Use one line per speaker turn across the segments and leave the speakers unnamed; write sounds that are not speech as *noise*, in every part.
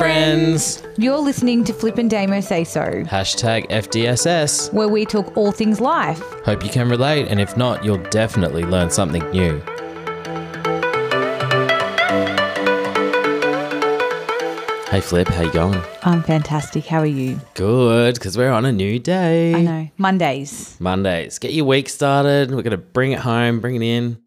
friends.
You're listening to Flip and Damo Say So,
Hashtag FDSS.
where we talk all things life.
Hope you can relate, and if not, you'll definitely learn something new. Hey Flip, how you going?
I'm fantastic. How are you?
Good, because we're on a new day.
I know. Mondays.
Mondays. Get your week started. We're gonna bring it home, bring it in.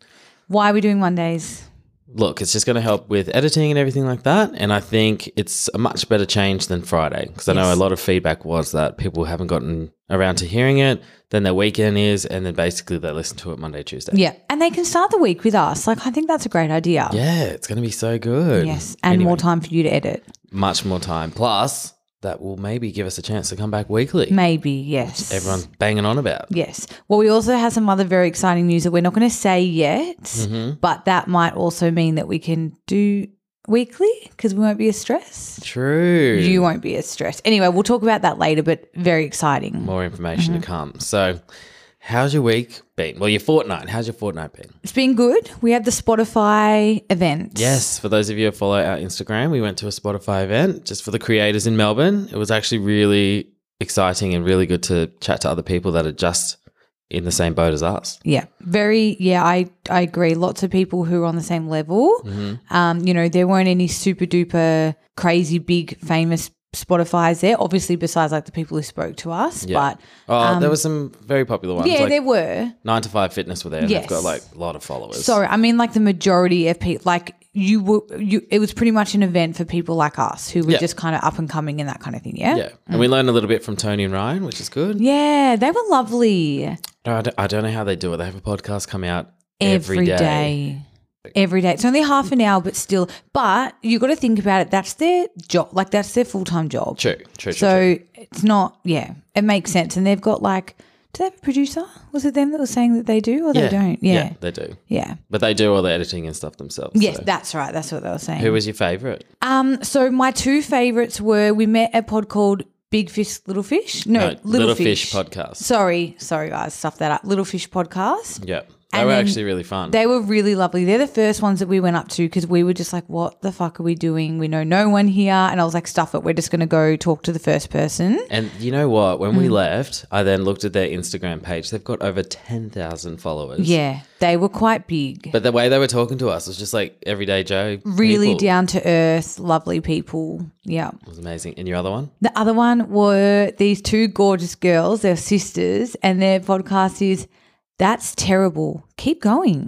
Why are we doing Mondays?
Look, it's just gonna help with editing and everything like that. And I think it's a much better change than Friday. Because I know a
Yes.
lot of feedback was that people haven't gotten around to hearing it, then their weekend is, and then basically they listen to it Monday, Tuesday.
Yeah. And they can start the week with us. Like, I think that's a great idea.
Yeah, it's going to be so good.
Yes. And more time for you to edit.
Much more time. Plus, that will maybe give us a chance to come back weekly.
Maybe. Yes.
Everyone's banging on about.
Yes. Well, we also have some other very exciting news that we're not going to say yet,
Mm-hmm.
but that might also mean that we can do weekly because we won't be as stressed.
True.
You won't be as stressed. Anyway, we'll talk about that later, but very exciting.
more information
Mm-hmm.
to come. So, how's your week been? Well, your fortnight. How's your fortnight been?
It's been good. We had the Spotify event.
Yes, for those of you who follow our Instagram, we went to a Spotify event just for the creators in Melbourne. It was actually really exciting and really good to chat to other people that are just in the same boat as us.
Yeah. Very, yeah, I, I agree. Lots of people who are on the same level.
Mm-hmm.
Um, you know, there weren't any super duper crazy big famous Spotify's there, obviously, besides like the people who spoke to us. But
Oh, there were some very popular ones.
Um, yeah,
like
there were.
Nine to Five Fitness were there, and they've
Yes.
got like a lot of followers.
Sorry, I mean like the majority of people, like you were, you, it was pretty much an event for people like us who were
Yeah.
just kind of up and coming and that kind of thing. Yeah?
Yeah, and we learned a little bit from Tony and Ryan, which is good.
Yeah, they were lovely
No, I, don't, I don't know how they do it. They have a podcast come out
every day. Every day. It's only half an hour, but still, but you got to think about it. That's their job. Like that's their full time job.
True, true, true. true.
So it's not, yeah, it makes sense. And they've got like, do they have a producer? Was it them that was saying that they do or they don't? Yeah.
they do,
Yeah.
but they do all the editing and stuff themselves.
Yes,
so.
that's right. That's what they were saying.
Who was your favorite?
Um, so my two favorites were we met a pod called Big Fish Little Fish. No, Little, Fish.
podcast.
Sorry, sorry guys, stuff that up. Little Fish podcast.
yeah, they
And
were
then
actually really fun.
They were really lovely. They're the first ones that we went up to because we were just like, what the fuck are we doing? We know no one here. And I was like, stuff it. We're just going to go talk to the first person.
and you know what? When
Hmm.
we left, I then looked at their Instagram page. They've got over ten thousand followers.
Yeah, they were quite big.
But the way they were talking to us was just like everyday Joe.
really
people.
down to earth, lovely people. Yeah.
It was amazing. And your other one?
The other one were these two gorgeous girls, they're sisters, and their podcast is That's Terrible. Keep going.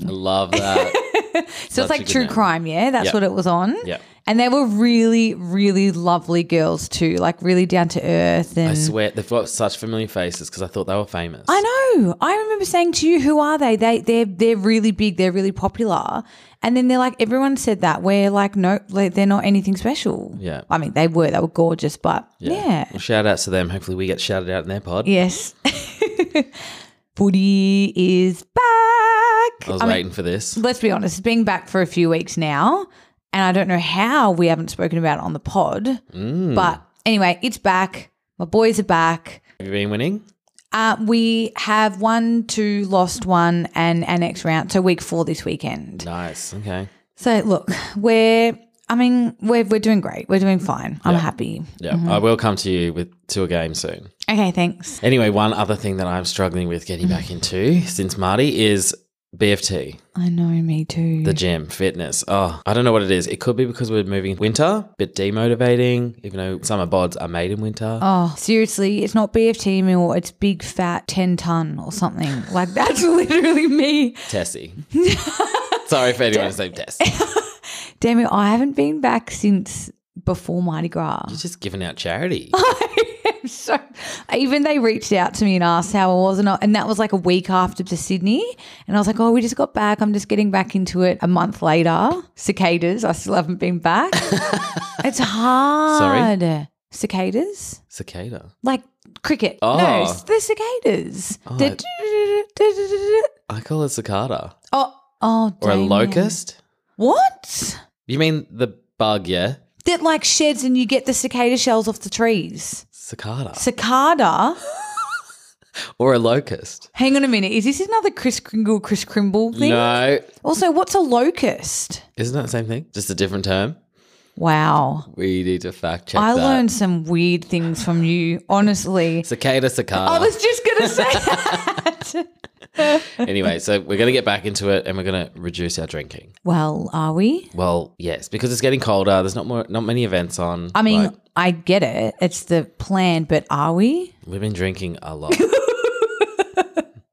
*laughs*
Love that.
So
Such
it's
Oh, a
like
good
true
name.
crime, yeah? That's
Yeah.
what it was on.
Yeah.
And they were really, really lovely girls too, like really down to earth. And
I swear they've got such familiar faces because I thought they were famous.
I know. I remember saying to you, "Who are they? They they're they're really big. They're really popular." And then they're like, everyone said that. We're like, no, like, they're not anything special.
Yeah.
I mean, they were. They were gorgeous, but yeah.
Well, shout outs to them. Hopefully, we get shouted out in their pod.
Yes. *laughs* Footy is back.
I was waiting for this.
Let's be honest, it's been back for a few weeks now. And I don't know how we haven't spoken about it on the pod.
Mm.
But anyway, it's back. My boys are back.
Have you been winning?
Uh, we have won two, lost one, and our next round. So week four this weekend.
Nice. Okay.
So look, we're, I mean, we're, we're doing great. We're doing fine. I'm happy.
Yeah. I will come to you with to a game soon.
Okay, thanks.
Anyway, one other thing that I'm struggling with
Mm.
getting back into since Marty is BFT,
I know, me too.
the gym, fitness. Oh, I don't know what it is. It could be because we're moving winter, bit demotivating, even though summer bods are made in winter.
Oh, seriously, it's not BFT meal, it's big fat 10 ton or something. Like, that's *laughs* literally me.
Tessie. *laughs* Sorry
*laughs*
for anyone who's named Tess.
Damn it, I haven't been back since before Mardi Gras.
She's just giving
*laughs*
out charity.
So, even they reached out to me and asked how I was, and, I, and that was like a week after to Sydney. And I was like, oh, we just got back. I'm just getting back into it a month later. Cicadas, I still haven't been
*laughs*
back. it's hard. Cicadas?
Cicada.
Like cricket.
Oh.
No, it's the cicadas.
I call it cicada.
*laughs* Oh, oh,
Or a
Damien.
locust.
What?
You mean the bug, yeah?
That like sheds and you get the cicada shells off the trees.
Cicada.
Cicada.
Or a locust.
Hang on a minute. Is this another Chris Kringle, Chris Krimble thing?
No.
Also, what's a locust?
Isn't that the same thing? Just a different term?
Wow.
We need to fact check.
I
that.
learned some weird things from you,
*laughs*
honestly. *laughs*
cicada
I
cicada.
was just going to say
*laughs*
that.
anyway, so we're going to get back into it and we're going to reduce our drinking.
well, are we?
Well, yes, because it's getting colder. There's not more, not many events on.
I mean,
like,
I get it. It's the plan, but are we?
we've been drinking a
*laughs*
lot.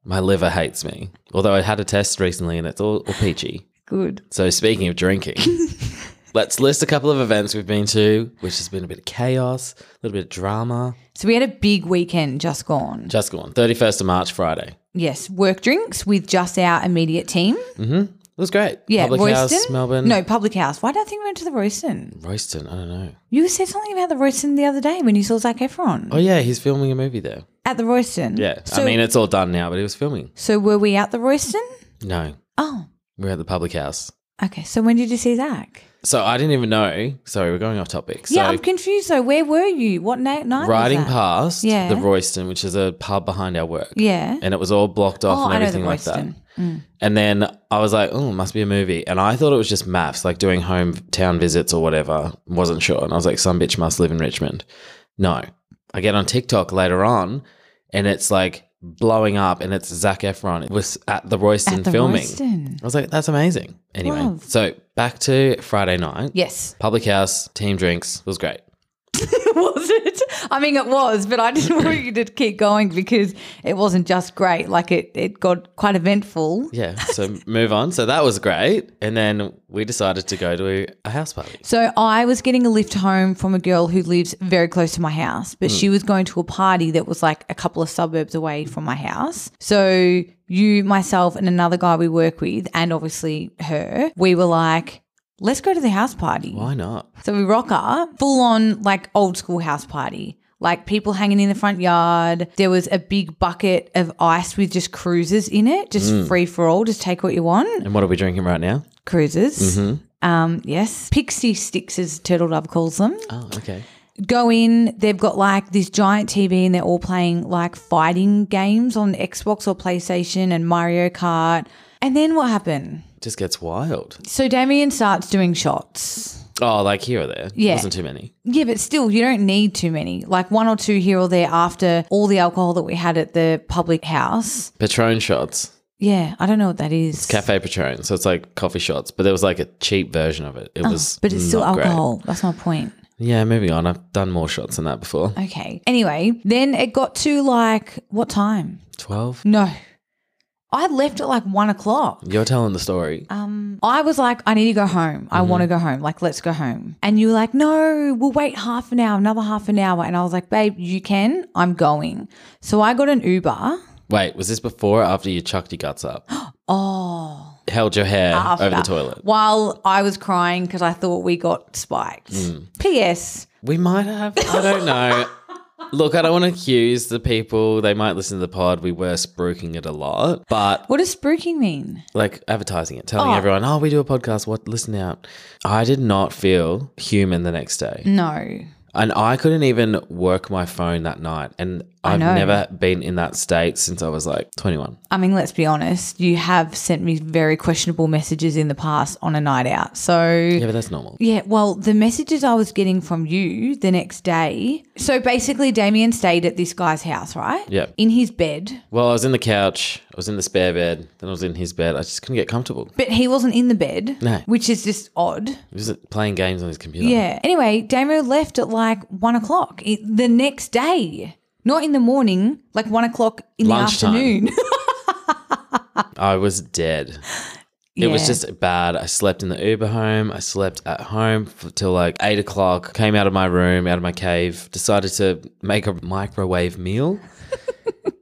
My liver hates me. Although I had a test recently and it's all, all peachy.
Good.
So speaking
*laughs*
of drinking, let's list a couple of events we've been to, which has been a bit of chaos, a little bit of drama.
So we had a big weekend just gone.
Just gone. 31st of March, Friday.
Yes, work drinks with just our immediate team.
It was great.
Yeah,
Public
Royston.
House, Melbourne.
No, public house. Why do I think we went to the Royston?
Royston, I don't know.
You said something about the Royston the other day when you saw Zac Efron
Oh yeah, he's filming a movie there.
at the Royston.
Yeah.
So,
I mean it's all done now, but he was filming.
so were we at the Royston?
No.
Oh,
We're at the public house.
okay. So when did you see Zach?
So I didn't even know. Sorry, we're going off topic. So
yeah, I'm confused though. Where were you? What na- night? was
riding
that?
past
Yeah.
the Royston, which is a pub behind our work.
Yeah.
And it was all blocked off
Oh, I
and
know the
everything like that.
Royston. Mm.
And then I was like, oh, it must be a movie. And I thought it was just maths, like doing hometown visits or whatever. Wasn't sure. And I was like, some bitch must live in Richmond. No. I get on TikTok later on and it's like blowing up and it's Zach Efron. It was at the Royston
At the
filming.
Royston.
I was like, that's amazing. Anyway,
Love.
so back to Friday night. *laughs*
Yes. *laughs*
Public house, team drinks. It was great.
was it? I mean, it was, but I
*laughs*
didn't want you to keep going because it wasn't just great. Like it, it got quite eventful.
Yeah. *laughs* So move on. So that was great. And then we decided to go to a house party.
So I was getting a lift home from a girl who lives very close to my house, but
Mm.
she was going to a party that was like a couple of suburbs away from my house. So you, myself, and another guy we work with, and obviously her, we were like, let's go to the house party.
Why not?
So we rock up, full on like old school house party. Like people hanging in the front yard. There was a big bucket of ice with just cruises in it, just free for all. Just take what you want.
And what are we drinking right now?
Cruises. Um, yes. Pixie sticks, as Turtle Dove calls them.
Oh, okay.
Go in, they've got like this giant TV and they're all playing like fighting games on Xbox or PlayStation and Mario Kart. And then what happened?
Just gets wild.
So Damien starts doing shots.
Oh, like here or there.
Yeah.
Wasn't too many.
Yeah, but still, you don't need too many. Like one or two here or there after all the alcohol that we had at the public house.
Patron shots.
Yeah, I don't know what that is.
Cafe Patron. So it's like coffee shots, but there was like a cheap version of it. It was
Oh, but it's still
not great.
alcohol. That's my point.
Yeah, moving on. I've done more shots than that before.
Okay. Anyway, then it got to like, what time?
Twelve.
No. I left at like one o'clock.
You're telling the story.
Um, I was like, I need to go home. I want to
Mm-hmm.
go home. Like, let's go home. And you were like, no, we'll wait half an hour, another half an hour. And I was like, babe, you can. I'm going. So I got an Uber.
Wait, was this before or after you chucked your guts up?
*gasps* Oh.
Held your hair
after.
over the toilet.
While I was crying because I thought we got spiked.
Hmm.
P.S.
We might have. I don't know. Look, I don't want to accuse the people. They might listen to the pod. We were spruiking it a lot, but
What does spooking mean?
like advertising it, telling
Oh.
everyone, "Oh, we do a podcast. What? Listen out." I did not feel human the next day.
No.
And I couldn't even work my phone that night. And I've
know.
never been in that state since I was like 21.
I mean, let's be honest. You have sent me very questionable messages in the past on a night out. So,
Yeah, but that's normal.
yeah, well, the messages I was getting from you the next day. So basically, Damien stayed at this guy's house, right?
Yeah.
In his bed,
Well, I was in the couch, I was in the spare bed, then I was in his bed. I just couldn't get comfortable.
but he wasn't in the bed,
No.
which is just odd.
He was playing games on his computer.
Yeah. Anyway, Damo left at like one o'clock i- the next day, not in the morning, like one o'clock in
Lunchtime.
the afternoon. *laughs*
I was dead. It was
Yeah.
just bad. I slept in the Uber home. I slept at home f- till like eight o'clock. Came out of my room, out of my cave, decided to make a
*laughs*
microwave meal.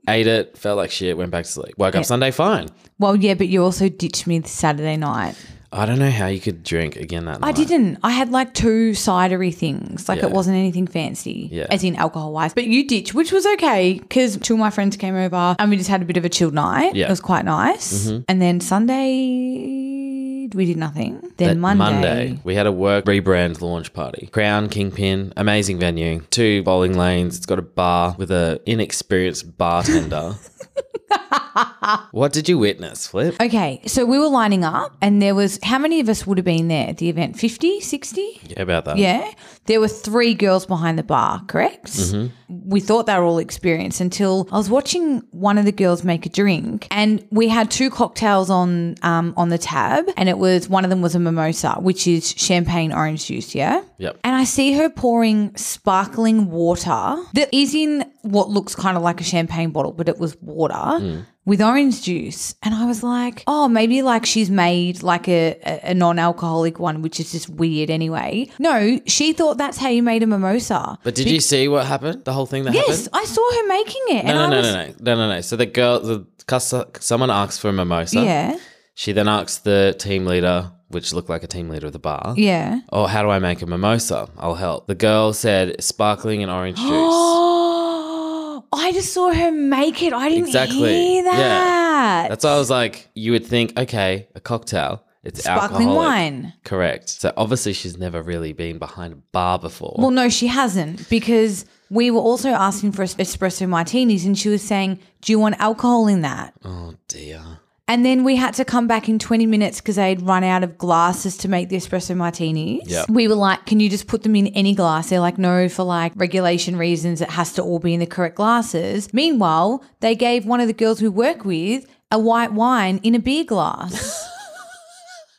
Ate it, felt like shit, went back to sleep. Woke up Sunday fine.
well, yeah, but you also ditched me the Saturday night.
I don't know how you could drink again that night.
I didn't. I had like two cidery things. Like
Yeah.
it wasn't anything fancy,
Yeah.
as in alcohol wise. But you ditched, which was okay because two of my friends came over and we just had a bit of a chilled night.
Yeah.
It
Mm-hmm.
was quite nice. And then Sunday, we did nothing. Then
That
Monday.
we had a work rebrand launch party. Crown Kingpin, amazing venue,
*laughs*
two bowling lanes. It's got a bar with an inexperienced bartender What did you witness, Flip?
Okay, so we were lining up, and there was how many of us would have been there at the event? 50, 60?
Yeah, about that.
Yeah. There were three girls behind the bar, correct? We thought they were all experienced until I was watching one of the girls make a drink, and we had two cocktails on um, on the tab, and it was one of them was a mimosa, which is champagne orange juice, yeah.
Yep.
And I see her pouring sparkling water that is in what looks kind of like a champagne bottle, but it was water
Mm.
with orange juice. And I was like, oh, maybe like she's made like a, a, a non alcoholic one, which is just weird anyway. No, she thought that's how you made a mimosa.
But did you see what happened? The whole thing that
yes,
happened?
I saw her making it. and
No,
I
no, no,
was,
no, no, no, no, no. So the girl, the custo- someone asked for a mimosa.
Yeah.
She then asked the team leader, which looked like a team leader of the bar. *gasps*
Yeah. *gasps*
Oh, how do I make a mimosa? I'll help. The girl said sparkling and
*gasps*
orange juice.
Oh, I just saw her make it. I didn't
Exactly.
hear
Yeah.
that.
That's why I was like, you would think, okay, a cocktail. It's
Sparkling
alcoholic.
wine.
Correct. So obviously she's never really been behind a bar before.
Well, no, she hasn't because we were also asking for es- espresso martinis and she was saying, Do you want alcohol in that?
oh dear.
And then we had to come back in 20 minutes because they had run out of glasses to make the espresso martinis.
Yeah.
We were like, Can you just put them in any glass? They're like, No, for like regulation reasons, it has to all be in the correct glasses. Meanwhile, they gave one of the girls we work with a white wine in a beer glass.
*laughs*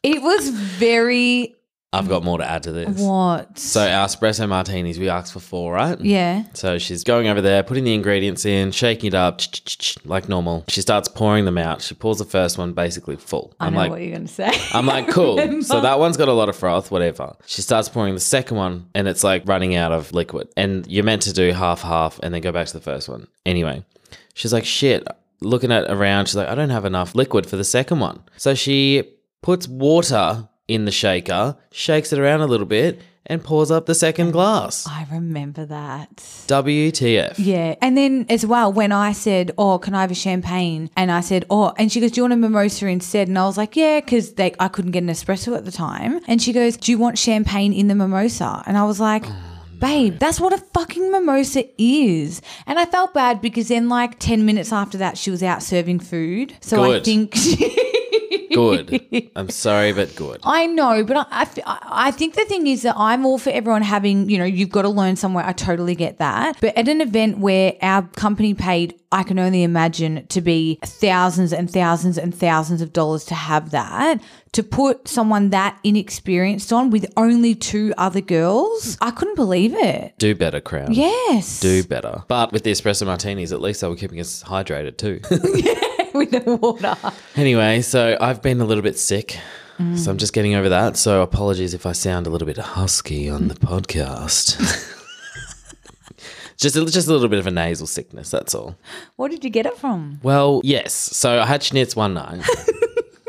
it was very
I've got more to add to this.
what?
So our espresso martinis, we asked for four, right?
yeah.
So she's going over there, putting the ingredients in, shaking it up, ch-ch-ch-ch, like normal. She starts pouring them out. She pours the first one basically full.
I
I'm
know
like,
what you're going to say.
I'm
*laughs*
like, cool. So that one's got a lot of froth, whatever. She starts pouring the second one and it's like running out of liquid. And you're meant to do half, half, and then go back to the first one. Anyway, she's like, shit. Looking at around, she's like, I don't have enough liquid for the second one. So she puts water in the shaker, shakes it around a little bit, and pours up the second glass.
I remember that.
WTF.
Yeah. And then as well, when I said, Oh, can I have a champagne? And I said, Oh, and she goes, Do you want a mimosa instead? And I was like, Yeah, because I couldn't get an espresso at the time. And she goes, Do you want champagne in the mimosa? And I was like, Babe, that's what a fucking mimosa is. And I felt bad because then, like 10 minutes after that, she was out serving food. So I
Good.
think *laughs*
Good. I'm sorry, but good.
I know, but I, I f- I- I think the thing is that I'm all for everyone having, you know, you've got to learn somewhere. I totally get that. But at an event where our company paid, I can only imagine, to be thousands and thousands and thousands of dollars to have that, to put someone that inexperienced on with only two other girls, I couldn't believe it.
Do better, Crown.
Yes.
Do better. But with the espresso martinis, at least they were keeping us hydrated too.
*laughs*
*laughs*
with the water.
Anyway, so I've been a little bit sick. So I'm just getting over that. So apologies if I sound a little bit husky on the podcast. *laughs* just a, just a little bit of a nasal sickness, that's all.
Where did you get it from?
Well, yes. So I had schnitz one night.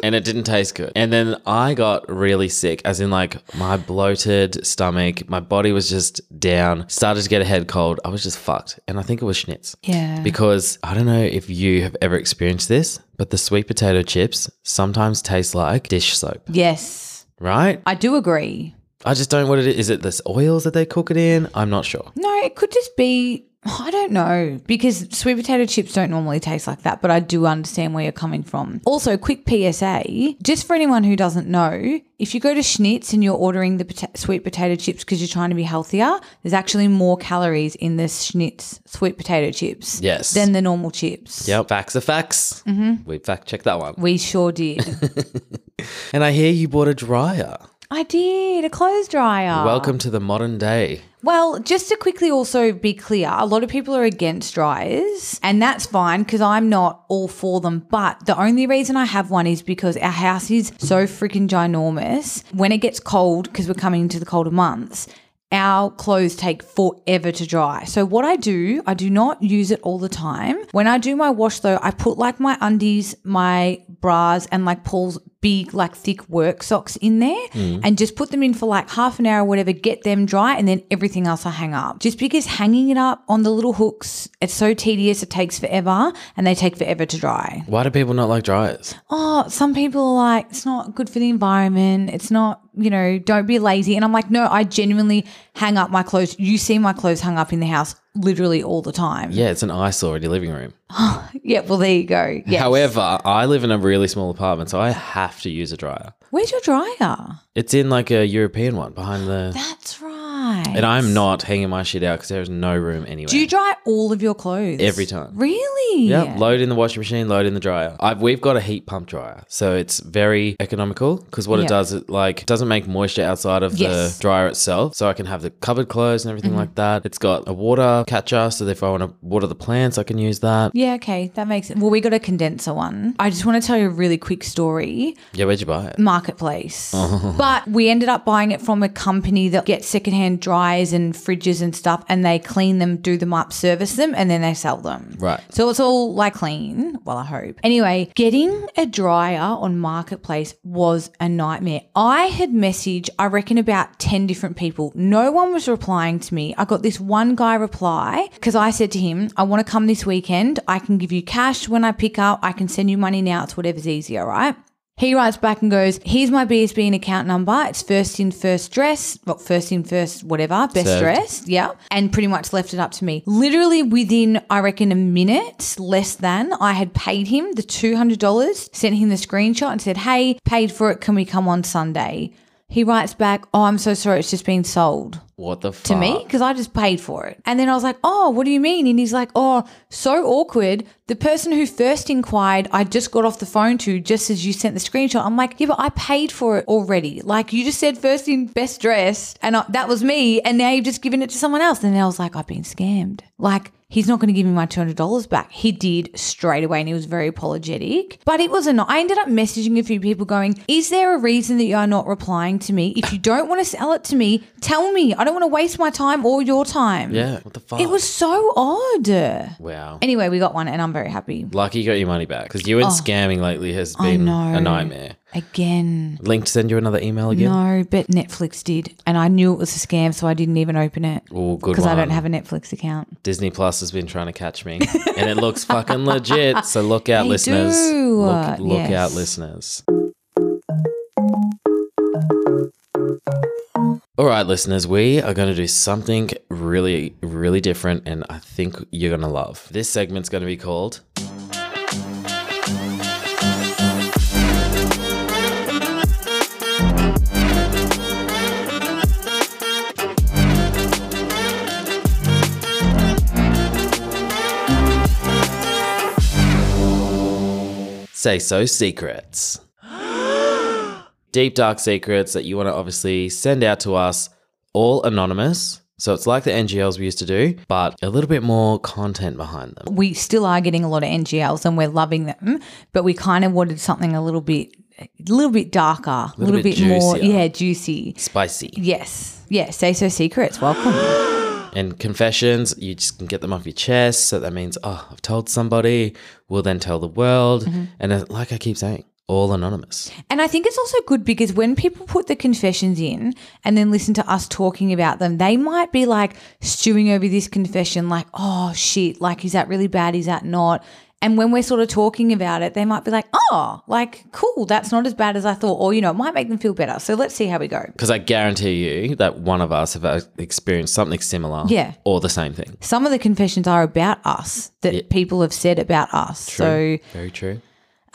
And it didn't taste good. And then I got really sick, as in, like, my bloated stomach, my body was just down, started to get a head cold. I was just fucked. And I think it was schnitz.
Yeah.
Because I don't know if you have ever experienced this, but the sweet potato chips sometimes taste like dish soap,
yes.
right?
I do agree.
I just don't know what it is. Is it the oils that they cook it in? I'm not sure.
No, it could just be. I don't know because sweet potato chips don't normally taste like that, but I do understand where you're coming from. Also, quick PSA just for anyone who doesn't know if you go to Schnitz and you're ordering the pota- sweet potato chips because you're trying to be healthier, there's actually more calories in the Schnitz sweet potato chips
Yes.
than the normal chips.
Yep. Facts are facts. We fact checked that one.
We sure did.
*laughs* And I hear you bought a dryer.
I did a clothes dryer.
Welcome to the modern day.
Well, just to quickly also be clear, a lot of people are against dryers, and that's fine because I'm not all for them. But the only reason I have one is because our house is so freaking ginormous. When it gets cold, because we're coming into the colder months, our clothes take forever to dry. So, what I do, I do not use it all the time. When I do my wash, though, I put like my undies, my bras, and like Paul's big, like thick work socks in there
Mm.
and just put them in for like half an hour or whatever, get them dry, and then everything else I hang up. Just because hanging it up on the little hooks, it's so tedious, it takes forever, and they take forever to dry.
Why do people not like dryers?
Oh, some people are like, it's not good for the environment. It's not, you know, don't be lazy. And I'm like, no, I genuinely hang up my clothes. You see my clothes hung up in the house literally all the time.
Yeah, it's an eyesore in your living room.
Yeah, well, there you go. Yes.
However, I live in a really small apartment, so I have to use a dryer.
Where's your dryer?
It's in like a European one behind the.
That's right.
And I'm not hanging my shit out because there is no room anywhere.
Do you dry all of your clothes?
Every time.
Really?
yeah, load in the washing machine, load in the dryer. I've, we've got a heat pump dryer, so it's very economical because what
Yeah.
it does, it like doesn't make moisture outside of
Yes. Mm-hmm.
the dryer itself. So I can have the covered clothes and everything like that. It's got a water catcher, so if I want to water the plants, I can use that.
Yeah, okay, that makes sense. Well, we got a condenser one. I just want to tell you a really quick story.
Yeah, where'd you buy it? *laughs*
Marketplace.
Uh-huh.
But we ended up buying it from a company that gets secondhand dryers and fridges and stuff, and they clean them, do them up, service them, and then they sell them.
Right.
So it's all like clean. Well, I hope. Anyway, getting a dryer on Marketplace was a nightmare. I had messaged, I reckon, about 10 different people. No one was replying to me. I got this one guy reply because I said to him, I want to come this weekend. I can give you cash when I pick up. I can send you money now. It's whatever's easier, right? He writes back and goes, Here's my BSB and account number. It's first in, first dress, well, first in, first whatever, best
Served.
dress dressed, yeah, and pretty much left it up to me. Literally within, I reckon, a minute, less than, I had paid him the $200, sent him the screenshot and said, hey, paid for it, can we come on Sunday? He writes back, oh, I'm so sorry, it's just been sold
What the fuck?
to me because I just paid for it. And then I was like, oh, what do you mean? And he's like, oh, so awkward. The person who first inquired, I just got off the phone to just as you sent the screenshot. I'm like, yeah, but I paid for it already. Like you just said first in best dressed and I, that was me. And now you've just given it to someone else. And I was like, I've been scammed. Like, He's not going to give me my $200 back. He did straight away and he was very apologetic. But it was a no. I ended up messaging a few people going, Is there a reason that you are not replying to me? If you don't want to sell it to me, tell me. I don't want to waste my time or your time.
Yeah, what the fuck?
It was so odd.
Wow.
Anyway, we got one and I'm very happy.
Lucky you got your money back because you and scamming lately has been
Oh. know.
a nightmare.
Again.
Link to send you another email again?
No, but Netflix did. And I knew it was a scam, so I didn't even open it
Oh, good
because
one.
I don't have a Netflix account.
Disney Plus has been trying to
*laughs*
catch me, and it looks fucking legit. So look out,
They
listeners.
do, uh,
Look, look
yes.
out, listeners. All right, listeners, we are going to do something really, really different, and I think you're going to love. This segment's going to be called Say
*gasps*
So Secrets. Deep, dark secrets that you want to obviously send out to us, all anonymous. So it's like the NGLs we used to do, but a little bit more content behind them.
we still are getting a lot of NGLs and we're loving them, but we kind of wanted something a little bit, a little bit darker, a little,
bit
bit, more,
juicier.
yeah, juicy.
Spicy.
Yes, yes. Say so secrets. Welcome.
And confessions, you just can get them off your chest. So that means, oh, I've told somebody, we'll then tell the world.
Mm-hmm.
And uh, like I keep saying, all anonymous.
and I think it's also good because when people put the confessions in and then listen to us talking about them, they might be like stewing over this confession, like, oh shit, like is that really bad? Is that not? And when we're sort of talking about it, they might be like, oh, like, cool, that's not as bad as I thought. Or, you know, it might make them feel better. So let's see how we go.
Because I guarantee you that one of us have uh, experienced something similar
Yeah.
or the same thing.
some of the confessions are about us that people have said about us. So,
Very true.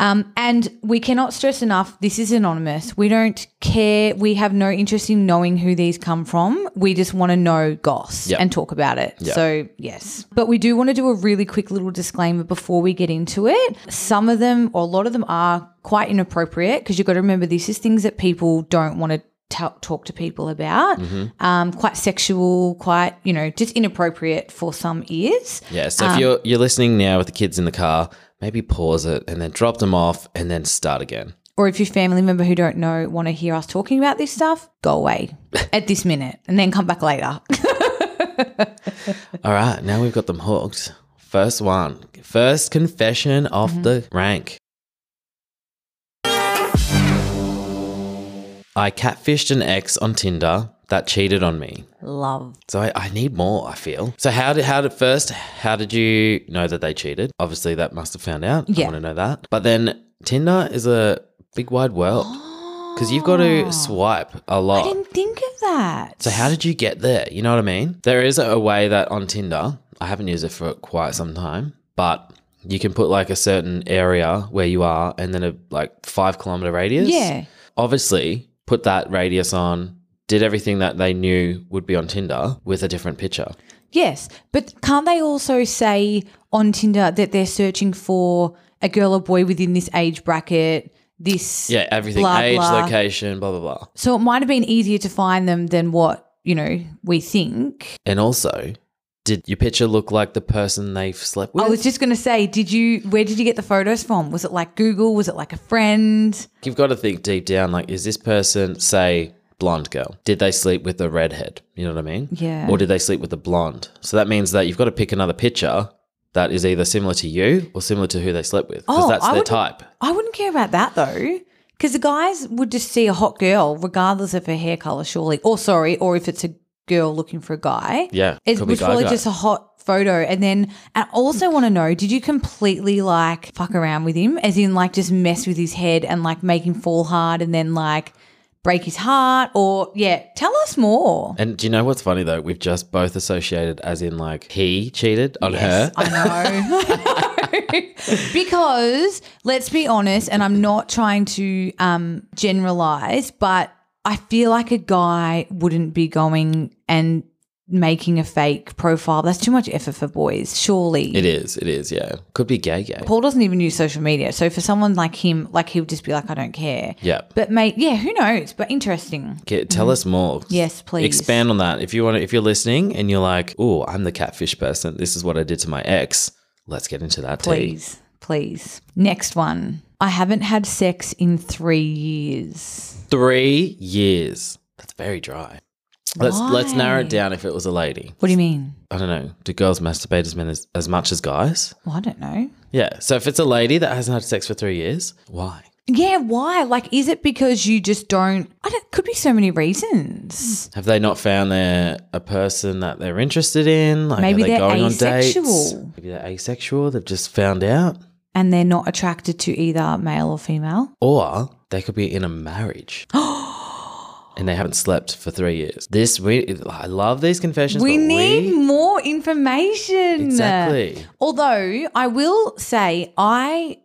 um, and we cannot stress enough this is anonymous. We don't care. We have no interest in knowing who these come from. We just want to know goss
Yep.
and talk about it.
Yeah.
So, yes. But we do want to do a really quick little disclaimer before we get into it. Some of them, or a lot of them, are quite inappropriate because you've got to remember this is things that people don't want to. ta- Talk to people about,
Mm-hmm.
um, quite sexual, quite you know, just inappropriate for some ears.
Yeah. So if you're, you're listening now with the kids in the car, maybe pause it and then drop them off and then start again.
or if your family member who don't know want to hear us talking about this stuff, go
*laughs*
away at this minute and then come back later.
All right. Now we've got them hooked. First one, first confession off the rank. I catfished an ex on Tinder that cheated on me.
Love.
So I, I need more, I feel. So how did how did first how did you know that they cheated? Obviously that must have found out.
Yeah.
I want to know that. But then Tinder is a big wide world. because you've got to swipe a
Ah. I
lot.
didn't think of that.
So how did you get there? You know what I mean? There is a way that on Tinder, I haven't used it for quite some time, but you can put like a certain area where you are and then a like five kilometer radius.
Yeah.
Obviously, put that radius on, did everything that they knew would be on Tinder with a different picture.
Yes, but can't they also say on Tinder that they're searching for a girl or boy within this age bracket? This
Yeah, everything
Blah,
age,
blah.
location, blah, blah, blah.
So it might have been easier to find them than what you know we think.
And also, did your picture look like the person they've slept with?
I was just gonna say, did you? Where did you get the photos from? Was it like Google? Was it like a friend?
You've got to think deep down like, is this person, say, blonde girl? Did they sleep with a redhead? You know what I mean?
Yeah.
Or did they sleep with a blonde? So that means that you've got to pick another picture that is either similar to you or similar to who they slept with because
Oh,
that's
I
their
wouldn't-
type.
I wouldn't care about that though, because the guys would just see a hot girl regardless of her hair color, surely. Or sorry, or if it's a girl looking for a guy.
Yeah.
It was
guy,
probably
guy.
just a hot photo. And then and I also want to know, did you completely like fuck around with him? As in like just mess with his head and like make him fall hard and then like break his heart or yeah, tell us more.
And do you know what's funny though? We've just both associated as in like he cheated on
Yes,
her.
*laughs* I know. because let's be honest, and I'm not trying to um, generalize, but I feel like a guy wouldn't be going and making a fake profile. That's too much effort for boys, surely.
It is. It is. Yeah. Could be gay gay.
Paul doesn't even use social media. So for someone like him, like he would just be like, I don't care.
Yeah.
But mate, yeah, who knows? But interesting.
Okay, tell us more.
Mm. Yes, please.
Expand on that. If you want to, if you're listening and you're like, "Oh, I'm the catfish person. This is what I did to my ex." Let's get into that. tea.
Please, please. Next one. I haven't had sex in three years.
Three years. That's very dry. Let's let's narrow it
Why?
down. If it was a lady,
What do you mean?
I don't know. Do girls masturbate as men as, as much as guys?
Well, I don't know.
Yeah. So if it's a lady that hasn't had sex for three years, why?
Yeah, why? Like, is it because you just don't? I don't. Could be so many reasons.
Have they not found their a person that they're interested in? Like,
Maybe
are they
they're
going on dates?
asexual.
Maybe they're asexual. They've just found out.
And they're not attracted to either male or female.
Or they could be in
*gasps*
a marriage. and they haven't slept for three years. This we I love these confessions.
We
but
need more information.
Exactly.
Although I will say, I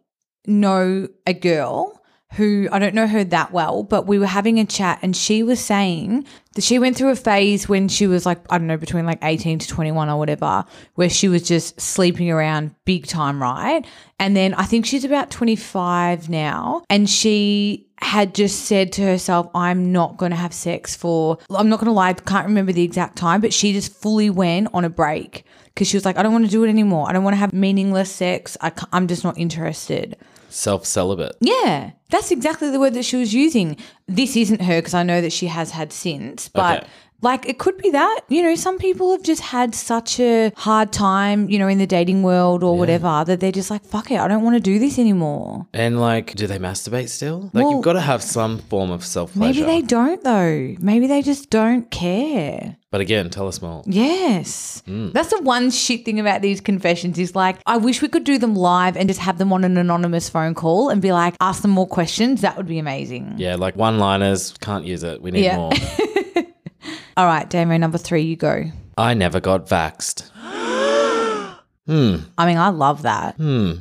know a girl who I don't know her that well, but we were having a chat and she was saying that she went through a phase when she was like, I don't know, between like 18 to 21 or whatever, where she was just sleeping around big time, right? And then I think she's about 25 now and she had just said to herself, I'm not going to have sex for, I'm not going to lie, I can't remember the exact time, but she just fully went on a break because she was like, I don't want to do it anymore. I don't want to have meaningless sex. I ca- I'm just not interested.
Self celibate.
Yeah, that's exactly the word that she was using. This isn't her because I know that she has had since, but.
Okay.
Like it could be that, you know, some people have just had such a hard time, you know, in the dating world or whatever that they're just like, fuck it, I don't want to do this anymore.
And like, do they masturbate still? Like
Well,
you've got to have some form of self
Maybe
pleasure.
they don't though. Maybe they just don't care.
but again, tell us more.
Yes.
Hmm.
That's the one shit thing about these confessions is like, I wish we could do them live and just have them on an anonymous phone call and be like, ask them more questions. That would be amazing.
Yeah, like one liners, can't use it. We need
Yeah. *laughs*
more.
All right, demo number three, you go.
I never got vaxxed.
I mean, I love that.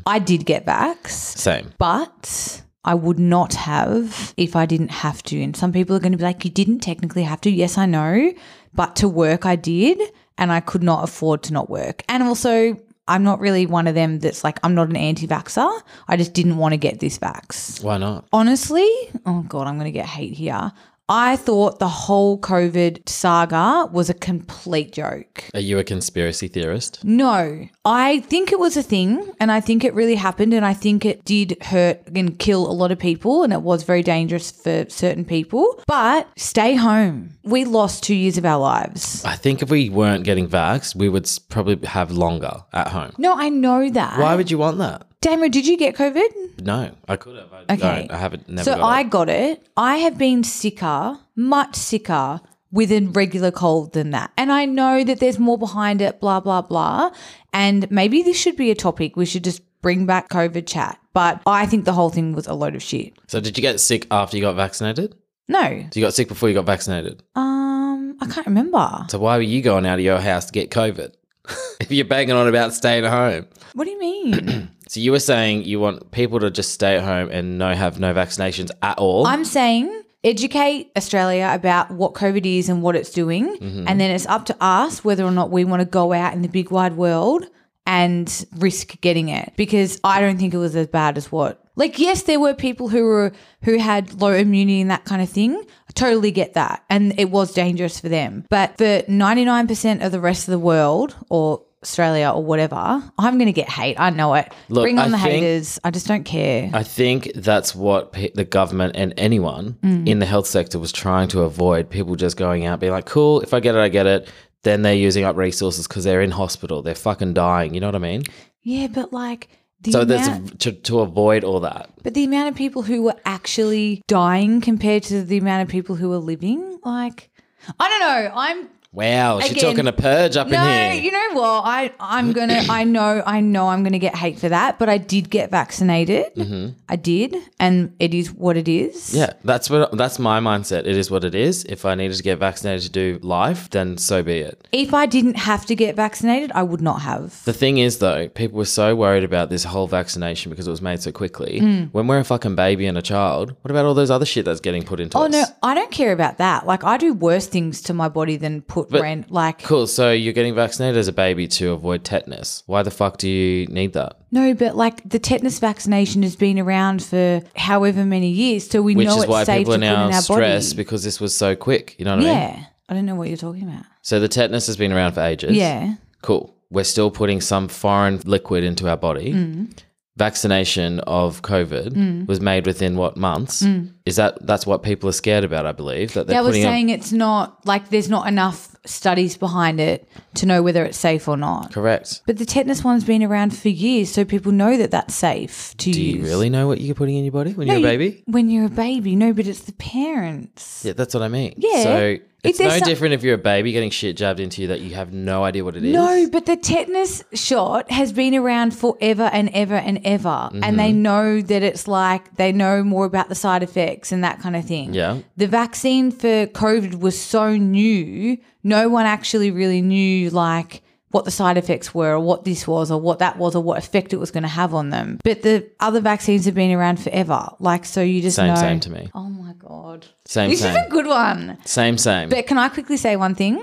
I did get vaxxed,
Same.
but I would not have if I didn't have to. And some people are going to be like, you didn't technically have to. Yes, I know. But to work, I did. And I could not afford to not work. And also, I'm not really one of them that's like, I'm not an anti vaxxer. I just didn't want to get this vax.
Why not?
honestly, oh God, I'm going to get hate here. I thought the whole COVID saga was a complete joke.
Are you a conspiracy theorist?
No, I think it was a thing and I think it really happened and I think it did hurt and kill a lot of people and it was very dangerous for certain people. But stay home. We lost two years of our lives.
I think if we weren't getting vaxxed, we would s- probably have longer at home.
No, I know that.
Why would you want that?
Damon, did you get COVID?
No, I could have. I
Okay.
don't. I haven't. Never
So
got
I
it.
got it. I have been sicker, much sicker with a regular cold than that. And I know that there's more behind it, blah, blah, blah. And maybe this should be a topic. We should just bring back COVID chat. But I think the whole thing was a load of shit.
So did you get sick after you got vaccinated?
No.
So you got sick before you got vaccinated.
Um, I can't remember.
So why were you going out of your house to get COVID? *laughs* if you're banging on about staying at home.
What do you mean?
So you were saying you want people to just stay at home and no have no vaccinations at all.
I'm saying educate Australia about what COVID is and what it's doing.
Mm-hmm.
And then it's up to us whether or not we want to go out in the big wide world and risk getting it because I don't think it was as bad as what. Like yes, there were people who were who had low immunity and that kind of thing. I totally get that, and it was dangerous for them. But for ninety nine percent of the rest of the world, or Australia, or whatever, I'm going to get hate. I know it.
Look,
Bring on
I
the
think-
haters. I just don't care.
I think that's what pe- the government and anyone
Mm.
in the health sector was trying to avoid people just going out being like, cool, if I get it, I get it. Then they're using up resources because they're in hospital. They're fucking dying. You know what I mean?
yeah, but like the
So
amount-
there's to, to avoid all that.
But the amount of people who were actually dying compared to the amount of people who were living, like, I don't know. I'm
Wow, she's
Again,
talking a purge up
no,
in here.
you know what? I I'm gonna. I know. I know. I'm gonna get hate for that. But I did get vaccinated.
Mm-hmm.
I did, and it is what it is.
yeah, that's what that's my mindset. It is what it is. If I needed to get vaccinated to do life, then so be it.
If I didn't have to get vaccinated, I would not have.
The thing is, though, people were so worried about this whole vaccination because it was made so quickly.
Hmm.
When we're a fucking baby and a child, what about all those other shit that's getting put into
Oh
us?
no, I don't care about that. Like I do worse things to my body than put rent. Like
Cool. So you're getting vaccinated as a baby to avoid tetanus. Why the fuck do you need that?
no, but like the tetanus vaccination has been around for however many years, so we
Which
know
is
it's
why
safe
people
to
are
put in
now
our
stressed
body.
because this was so quick. You know what I mean?
Yeah. I don't know what you're talking about.
So the tetanus has been around for ages.
Yeah.
Cool. We're still putting some foreign liquid into our body.
Mm.
Vaccination of COVID was made within what months? Is that that's what people are scared about? I believe that they're
That Mm. was
putting
saying it's not like there's not enough studies behind it to know whether it's safe or
it
not.
correct.
But the tetanus one's been around for years, so people know that that's safe to
Do
use.
you really know what you're putting in your body when you're a
No, you-
baby?
When you're a baby, no, but it's the parents.
Yeah, that's what I mean.
Yeah.
So
If
it's no
there's some-
different if you're a baby getting shit jabbed into you that you have no idea what it is.
No, but the tetanus shot has been around forever and ever and ever. And
Mm-hmm.
they know that it's like they know more about the side effects and that kind of thing.
Yeah.
The vaccine for COVID was so new, no one actually really knew like what the side effects were or what this was or what that was or what effect it was going to have on them. But the other vaccines have been around forever. Like so you just
Same,
know
same to me.
Oh my god.
Same,
This
same.
is a good one.
Same, same.
But can I quickly say one thing?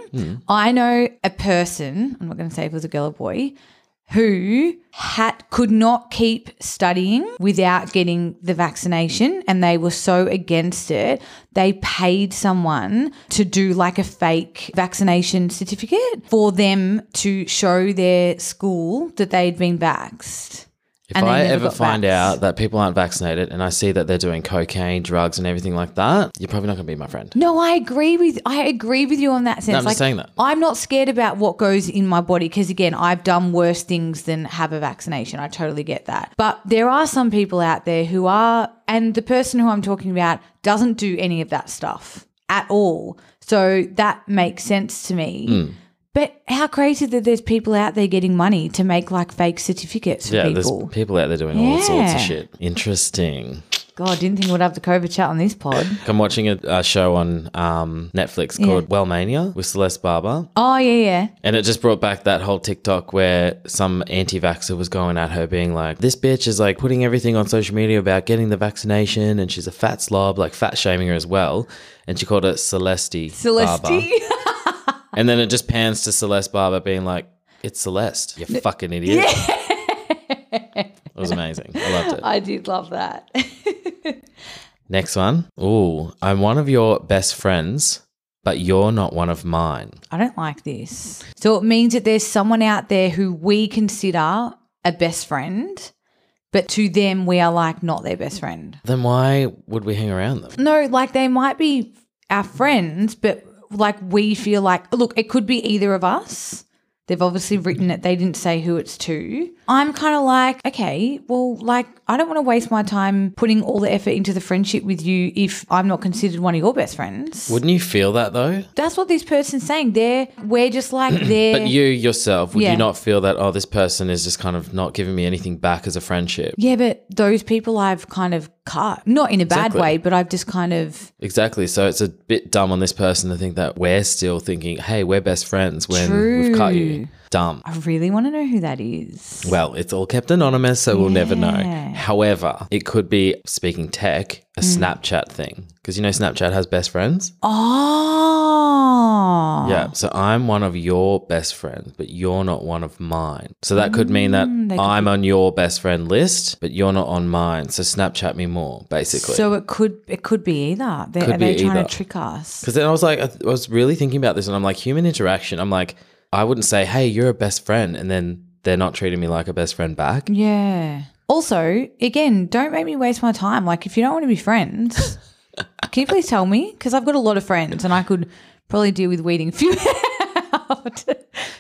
I know a person, I'm not going to say if it was a girl or boy, who had could not keep studying without getting the vaccination and they were so against it they paid someone to do like a fake vaccination certificate for them to show their school that they'd been vaxxed
if
and they
I
never
ever
got
find
vaxxed.
out that people aren't vaccinated and I see that they're doing cocaine, drugs, and everything like that, you're probably not going to be my friend.
No, I agree with I agree with you on that sense.
I'm just saying that.
I'm not scared about what goes in my body because again, I've done worse things than have a vaccination. I totally get that. But there are some people out there who are and the person who I'm talking about doesn't do any of that stuff at all. So that makes sense to me.
Hmm.
But how crazy that there's people out there getting money to make like fake certificates for
Yeah,
people.
there's people out there doing all sorts
Yeah.
of shit. Interesting.
God, didn't think we'd have the COVID chat on this pod.
I'm watching a, a show on um, Netflix called Wellmania with Celeste Barber,
oh yeah, yeah.
and it just brought back that whole TikTok where some anti-vaxxer was going at her, being like, "This bitch is like putting everything on social media about getting the vaccination, and she's a fat slob, like fat shaming her as well." And she called it Celeste.
Celeste.
Barber. And then it just pans to Celeste Barber being like, "It's Celeste, you fucking idiot." It was amazing. I loved it.
*laughs* I did love that.
Next one. Ooh, I'm one of your best friends, but you're not one of mine.
I don't like this. So it means that there's someone out there who we consider a best friend, but to them, we are like not their best friend.
Then why would we hang around them?
No, like they might be our friends, but like we feel like, look, it could be either of us. They've obviously written it. They didn't say who it's to. I'm kind of like, okay, well, like, I don't want to waste my time putting all the effort into the friendship with you if I'm not considered one of your best friends.
Wouldn't you feel that though?
That's what this person's saying. They're, we're just like, they're.
*clears throat* But you yourself, would
Yeah.
you not feel that, oh, this person is just kind of not giving me anything back as a friendship?
yeah, but those people I've kind of cut, not in a bad
Exactly.
way, but I've just kind of
Exactly. So it's a bit dumb on this person to think that we're still thinking, hey, we're best friends when we've cut you. Dumb.
I really want to know who that is.
Well, it's all kept anonymous, so we'll never know.
Yeah. Mm.
However, it could be, speaking tech, a Snapchat thing. Because you know, Snapchat has best friends.
Oh.
Yeah. So I'm one of your best friends, but you're not one of mine. So that could mean that
Mm, they could
I'm on your best friend list, but you're not on mine. So Snapchat me more, basically.
So it could it could be either. They,
Could
are they
be
trying
either.
to trick us?
Because then I was like, I, th- I was really thinking about this, and I'm like, human interaction. I'm like, I wouldn't say, hey, you're a best friend, and then they're not treating me like a best friend back.
Yeah. Also, again, don't make me waste my time. Like, if you don't want to be
*laughs*
friends, can you please tell me? Because I've got a lot of friends, and I could probably deal with weeding *laughs* a few out.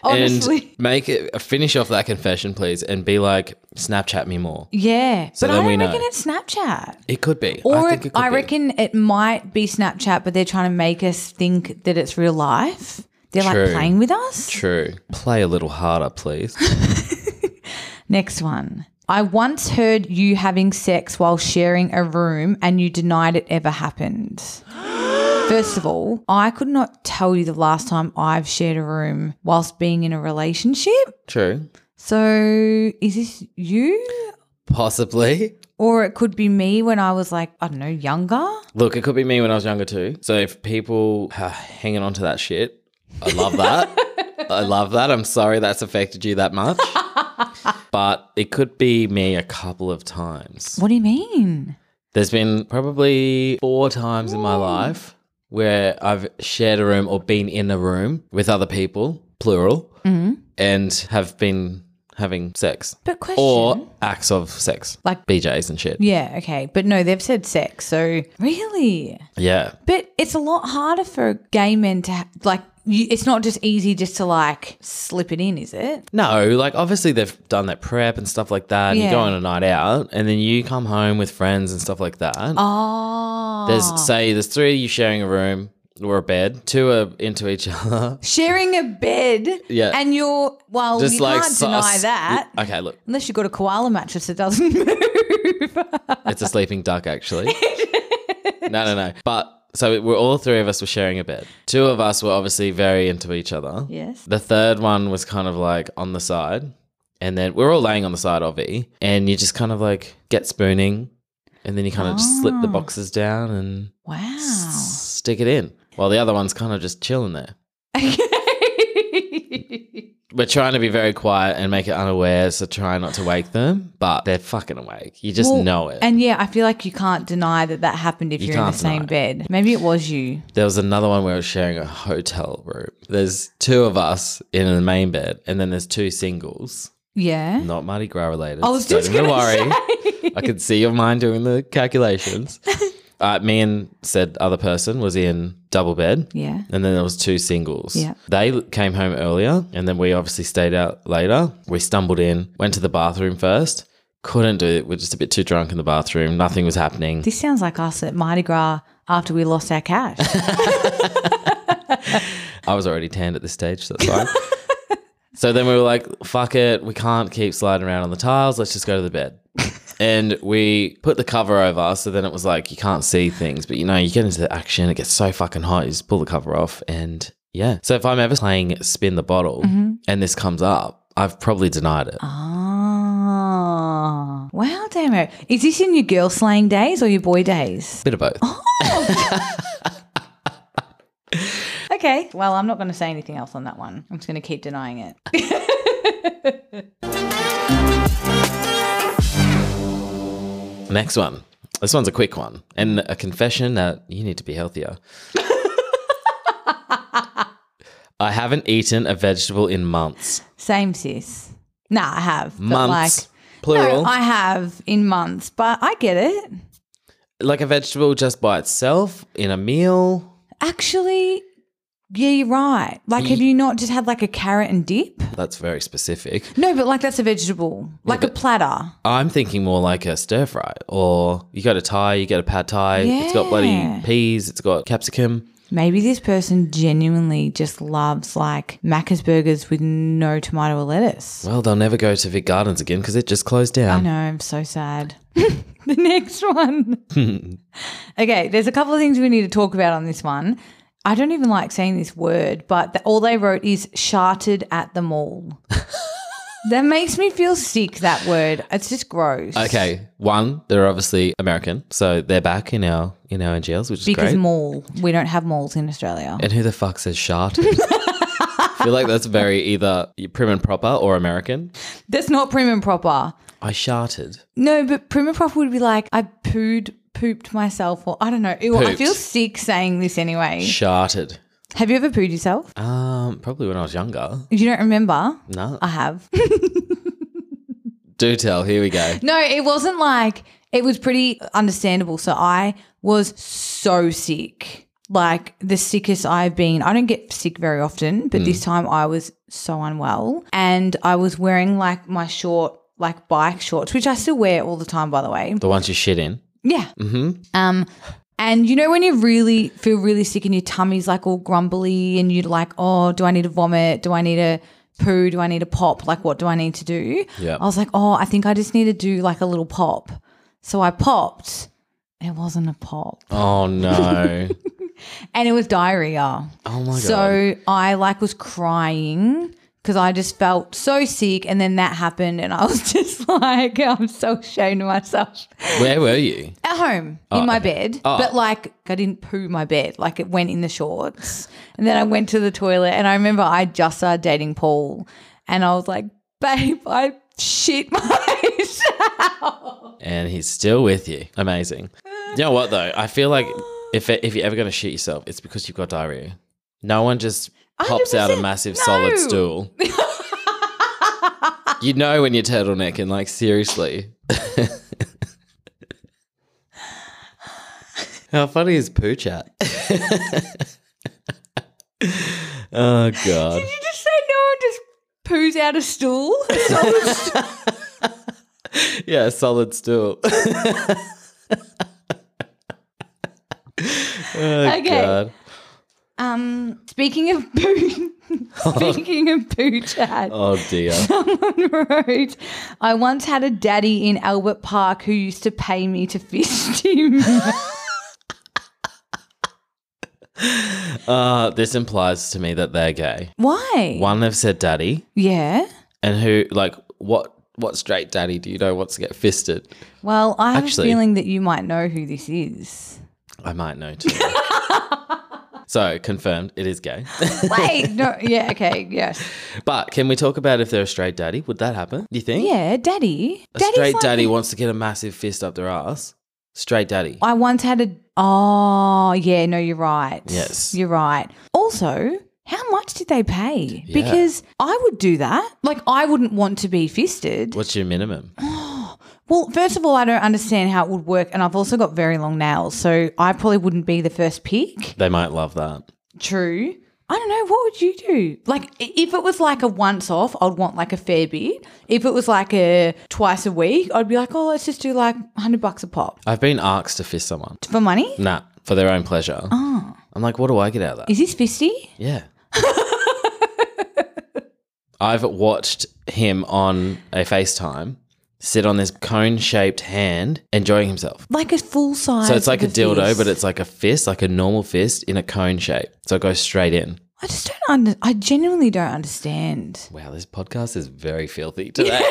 Honestly.
And make it finish off that confession, please, and be like, Snapchat me more.
yeah,
So
but I
then we
don't
know.
reckon it's Snapchat.
It could be,
Or
I
I,
think it could be.
reckon it might be Snapchat, but they're trying to make us think that it's real life. They're
True.
like playing with us.
True. Play a little
*laughs*
harder, please.
Next one. I once heard you having sex while sharing a room and you denied it ever
*gasps*
happened. First of all, I could not tell you the last time I've shared a room whilst being in a relationship.
True.
So is this you?
Possibly.
Or it could be me when I was like, I don't know, younger.
Look, it could be me when I was younger too. So if people are hanging on to that shit, I love that. I love that. I'm sorry that's affected you that much. but it could be me a couple of times.
What do you mean?
There's been probably four times in my life where I've shared a room or been in a room with other people, plural, and have been having sex
But question.
or acts of sex,
Like-
BJs and shit.
yeah, okay. But no, they've said sex. So really?
Yeah.
But it's a lot harder for gay men to ha- like. You, it's not just easy just to like slip it in, is it?
No, like obviously they've done that prep and stuff like that. And
Yeah.
You go on a night out and then you come home with friends and stuff like that.
Oh,
There's say there's three of you sharing a room or a bed. Two are into each *laughs* other.
sharing a bed.
Yeah.
and you're well,
Just
you
like
can't
so-
deny that
Okay, look,
unless you've got a koala mattress that doesn't *laughs* move.
it's a sleeping duck actually.
*laughs*
no, no, no. But so it, we're all three of us were sharing a bed. Two of us were obviously very into each other.
yes.
The third one was kind of like on the side. And then we're all laying on the side of E. And you just kind of like get spooning. And then you kind of just slip the boxes down and
Ah. Wow.
stick it in. While the other one's kind of just chilling there.
Okay.
We're trying to be very quiet and make it unaware, so try not to wake them. But they're fucking awake. You just
Well,
know it.
And yeah, I feel like you can't deny that that happened if
You
you are in the
can't deny
same
it.
bed. Maybe it was you.
There was another one where I was sharing a hotel room. There's two of us in the main bed, and then there's two singles.
Yeah.
Not Mardi Gras related.
I was
so
just
don't
gonna
worry. I could see your mind doing the
*laughs*
calculations. Uh, me and said other person was in double bed.
Yeah.
And then there was two singles.
Yeah.
They l- came home earlier and then we obviously stayed out later. We stumbled in, went to the bathroom first. Couldn't do it. We're just a bit too drunk in the bathroom. Nothing was happening.
This sounds like us at Mardi Gras after we lost our
*laughs*
cash.
I was already tanned at this stage, so that's fine. so then we were like, fuck it, we can't keep sliding around on the tiles, let's just go to the bed. and we put the cover over, so then it was like you can't see things, but you know, you get into the action, it gets so fucking hot, you just pull the cover off and yeah. So if I'm ever playing spin the bottle and this comes up, I've probably denied it.
Ah. Oh. Wow, Damo. Is this in your girl slaying days or your boy days?
Bit of both.
Okay. Well, I'm not going to say anything else on that one. I'm just going to keep denying it. *laughs*
Next one. This one's a quick one and a confession that you need to
*laughs*
be healthier. I haven't eaten a vegetable in months.
Same, sis. Nah, I have. but
Months.
like,
plural.
no, I have in months, but I get it.
like a vegetable just by itself in a meal.
Actually, Yeah, you're right. Like, have you not just had like a carrot and dip?
That's very specific.
No, but like that's a vegetable, like a platter.
I'm thinking more like a stir fry, or you got a Thai, you get a pad Thai. It's got
Yeah.
bloody peas. It's got capsicum.
Maybe this person genuinely just loves like Macca's burgers with no tomato or lettuce.
Well, they'll never go to Vic Gardens again because it just closed
I
down.
know, I'm so sad. *laughs* the next one.
*laughs*
okay, there's a couple of things we need to talk about on this one. I don't even like saying this word, but the, all they wrote is sharted at the mall.
*laughs*
that makes me feel sick, that word. It's just gross.
Okay, one, they're obviously American, so they're back in our in our NGLs, which is
Because
great.
mall, we don't have malls in Australia.
and who the fuck says sharted? *laughs* I feel like that's very either prim and proper or American.
That's not prim and proper.
I sharted.
No, but prim and proper would be like I pooed, pooped myself, or I don't know. Ew, I
Pooped.
feel sick saying this anyway.
Sharted.
Have you ever pooed yourself?
Um, probably when I was younger.
You don't remember?
No,
I have. *laughs*
do tell. Here we go.
no, it wasn't like it was pretty understandable. So I was so sick. Like the sickest I've been. I don't get sick very often, but
Hmm.
this time I was so unwell. And I was wearing like my short, like bike shorts, which I still wear all the time, by the way.
The ones you shit in.
Yeah. Mm-hmm. Um, and you know when you really feel really sick and your tummy's like all grumbly and you're like, oh, do I need to vomit? Do I need to poo? Do I need to pop? Like, what do I need to do?
Yeah.
I was like, oh, I think I just need to do like a little pop. So I popped. It wasn't a pop, *laughs*
Oh no.
and it was diarrhea.
Oh my god.
So I like was crying because I just felt so sick, and then that happened, and I was *laughs* just like, I'm so ashamed of myself.
Where were you?
At home in my bed, but like I didn't poo my bed. Like it went in the shorts, and then I went to the toilet. And I remember I just started dating Paul, and I was like, "Babe, I shit *laughs* myself."
And he's still with you. Amazing. You know what though? I feel like if if you're ever gonna shit yourself, it's because you've got diarrhea. No one just pops out a
100%
massive
no.
solid stool. you know when you're turtlenecking, like seriously. How funny is poo chat? *laughs* oh god.
Did you just say no one just poos out a stool? *laughs* Solid stool.
Yeah, solid stool. *laughs* oh, Oh, God.
um, speaking of poo, *laughs* speaking of poo chat. *laughs*
Oh dear.
Someone wrote, I once had a daddy in Albert Park who used to pay me to *laughs* fist him.
Uh, this implies to me that they're gay.
Why?
One have said daddy,
Yeah.
and who like what what straight daddy do you know wants to get fisted?
Well, I have
Actually-
a feeling that you might know who this
*laughs*
is.
I might
*laughs*
know too. so confirmed, it is gay. *laughs*
Wait, no, yeah, okay, yes.
but can we talk about if they're a straight daddy? Would that happen? Do you think?
Yeah, daddy.
A
Daddy's
straight
like-
daddy wants to get a massive fist up their ass. Straight daddy.
I once had a. Oh, yeah, no, you're right.
Yes.
You're right. Also, how much did they pay? Because I would do that. Like, I wouldn't want to be fisted.
What's your minimum?
Well, first of all, I don't understand how it would work. And I've also got very long nails. So I probably wouldn't be the first pick.
They might love that.
True. I don't know. What would you do? Like, i- if it was like a once off, I'd want like a fair bit. If it was like a twice a week, I'd be like, oh, let's just do like 100 bucks a pop
I've been asked to fist someone.
for money.
Nah, for their own pleasure. I'm like, what do I get out of that?
Is this fisty?
yeah. I've watched him on a FaceTime sit on this cone shaped hand enjoying himself.
Like a full size.
So it's like a
of
dildo,
fist.
but it's like a fist, like a normal fist in a cone shape. So it goes straight in.
I just don't under. I genuinely don't understand.
Wow, this podcast is very filthy today.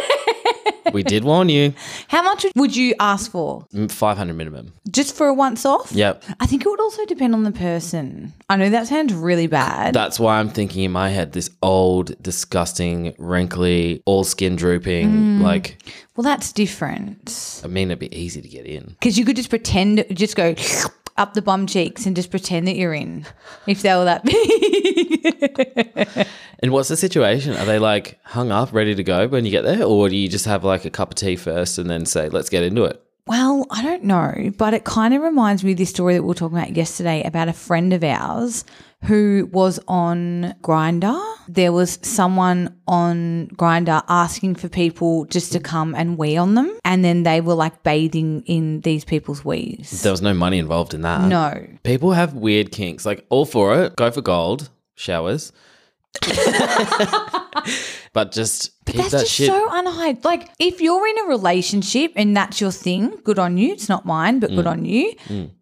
we did warn you.
How much would you ask for?
Mm, 500 minimum.
Just for a once off?
Yep.
I think it would also depend on the person. I know that sounds really bad.
That's why I'm thinking in my head this old, disgusting, wrinkly, all skin drooping. Like,
well, that's different.
I mean, it'd be easy to get in.
Because you could just pretend, just go up the bum cheeks and just pretend that you're in if they were that big.
And what's the situation? Are they like hung up, ready to go when you get there? Or do you just have like a cup of tea first and then say, let's get into it?
*laughs* Well, I don't know, but it kind of reminds me of this story that we were talking about yesterday about a friend of ours who was on Grinder. There was someone on Grinder asking for people just to come and wee on them, and then they were like bathing in these people's wees.
There was no money involved in that.
no,
People have weird kinks. Like, all for it. Go for gold, showers. *laughs* but just keep
That's
that
just
shit.
so unhyped. Like, if you're in a relationship and that's your thing, good on you. It's not mine, but
Mm.
good on you.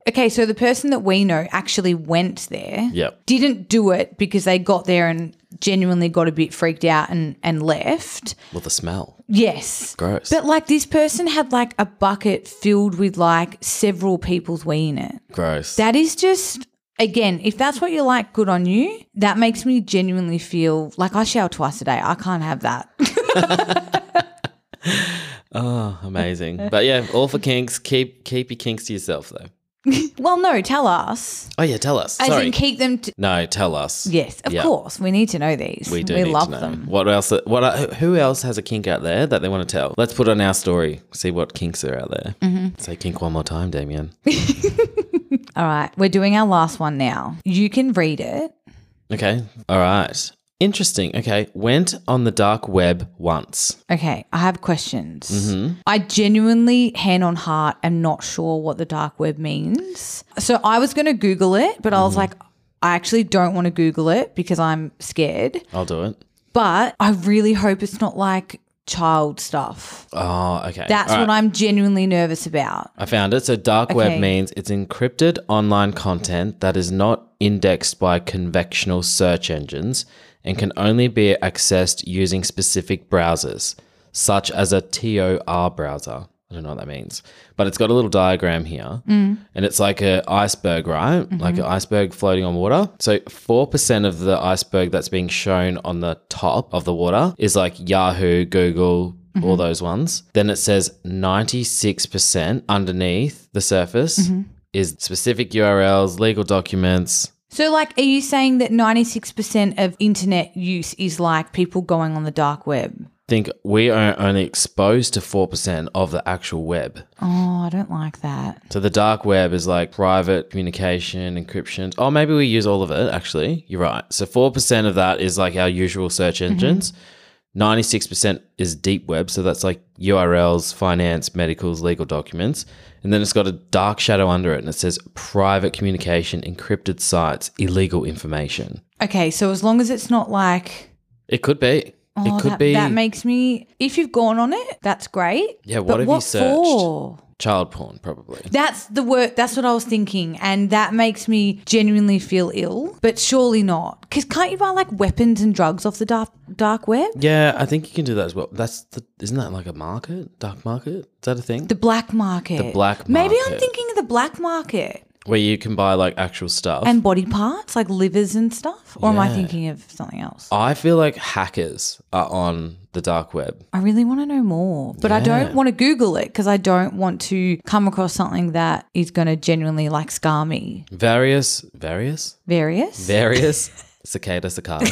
Okay, so the person that we know actually went there,
Yep.
didn't do it because they got there and genuinely got a bit freaked out and, and left.
well, the smell.
Yes.
Gross.
But like this person had like a bucket filled with like several people's wee in it.
Gross.
That is just again, if that's what you like, good on you. That makes me genuinely feel like I shower twice a day. I can't have that. *laughs*
oh, amazing. but yeah, all for kinks. Keep keep your kinks to yourself, though.
Well, no, tell us.
Oh, yeah, tell us.
As
Sorry.
in keep them. To-
no, tell us.
yes, of
Yeah.
course. We need to know these.
We do.
We
need
love
to know.
them.
What else? What? are- Who else has a kink out there that they want to tell? Let's put on our story. See what kinks are out there. Mm-hmm. Say kink one more time, Damien. *laughs*
All right, we're doing our last one now. You can read it.
okay. All right. Interesting. Okay. Went on the dark web once.
Okay, I have questions.
Mm-hmm.
I genuinely, hand on heart, am not sure what the dark web means. So I was going to Google it, but
Mm-hmm.
I was like, I actually don't want to Google it because I'm scared.
I'll do it.
But I really hope it's not like child stuff.
Oh, okay.
That's
All right.
what I'm genuinely nervous about.
I found it. So dark
Okay.
web means it's encrypted online content that is not indexed by convectional search engines and can only be accessed using specific browsers, such as a TOR browser. I don't know what that means, but it's got a little diagram here, and it's like an iceberg, right? Like an iceberg floating on water. So four percent of the iceberg that's being shown on the top of the water is like Yahoo, Google, all those ones. Then it says 96% underneath the surface is specific URLs, legal documents.
So, like, are you saying that 96% of internet use is like people going on the dark web?
think we are only exposed to 4% of the actual web.
Oh, I don't like that.
So the dark web is like private communication, encryption. Oh, maybe we use all of it actually. You're right. So 4% of that is like our usual search
Mm-hmm.
engines. 96% is deep web, so that's like URLs, finance, medicals, legal documents. And then it's got a dark shadow under it and it says private communication, encrypted sites, illegal information.
Okay, so as long as it's not like.
It could be.
Oh,
it could
that,
be
That makes me. If you've gone on it, that's great.
Yeah, what
But
have you searched?
for?
child porn probably.
That's the word. That's what I was thinking, and that makes me genuinely feel ill. But surely not, because can't you buy like weapons and drugs off the dark dark web?
Yeah, I think you can do that as well. That's the isn't that like a market? Dark market? Is that a thing?
The black market. The
black
Maybe I'm
market.
thinking of the black market.
Where you can buy like actual stuff.
and body parts like livers and stuff or am i
Yeah.
thinking of something else
I feel like hackers are on the dark web.
i really want to know more but i don't
Yeah.
want to google it because i don't want to come across something that is going to genuinely like scar me
Various, various,
various *laughs*
various cicada cicada.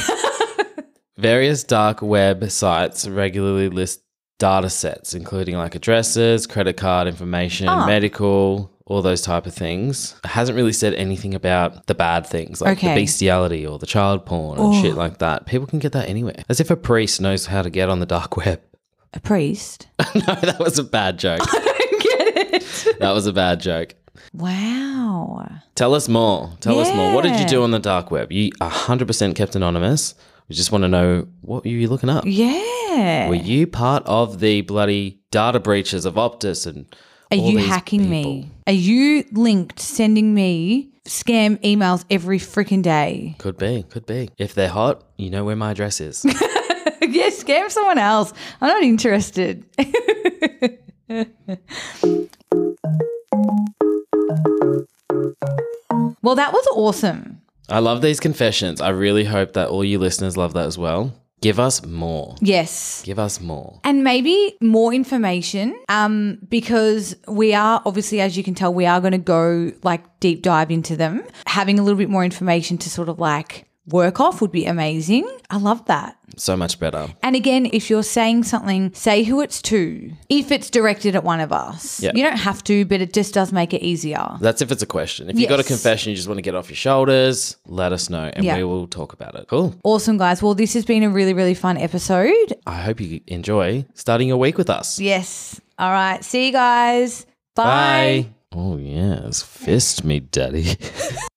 various dark web sites regularly list data sets, including like addresses, credit card information,
Ah.
medical, all those type of things. It hasn't really said anything about the bad things, like
Okay.
the bestiality or the child porn and shit like that. People can get that anywhere. As if a priest knows how to get on the dark web. *laughs*
a priest *laughs*
no, that was a bad joke.
get it
that was a bad joke.
wow
Tell us more. Tell us more. What did
Yeah.
you do on the dark web? You 100% kept anonymous. We just want to know what were you looking up?
yeah
Were you part of the bloody data breaches of Optus and
are
all
you
these
hacking
people?
me are you linked sending me scam emails every freaking day
Could be, could be. If they're hot, you know where my address
*laughs*
is.
yeah scam someone else i'm not interested *laughs* well that was awesome
I love these confessions. I really hope that all you listeners love that as well. Give us more.
Yes.
Give us more.
And maybe more information um, because we are obviously, as you can tell, we are going to go like deep dive into them. Having a little bit more information to sort of like work off would be amazing. I love that.
so much better.
And again, if you're saying something, say who it's to. If it's directed at one of us,
Yeah.
you don't have to, but it just does make it easier.
That's if it's a question. If you've got a
Yes.
confession you just want to get off your shoulders, let us know and
Yeah.
we will talk about it. Cool.
Awesome, guys. Well, this has been a really, really fun episode.
I hope you enjoy starting your week with us.
Yes. All right. See you guys. Bye.
Oh, yes. Fist me, daddy. *laughs*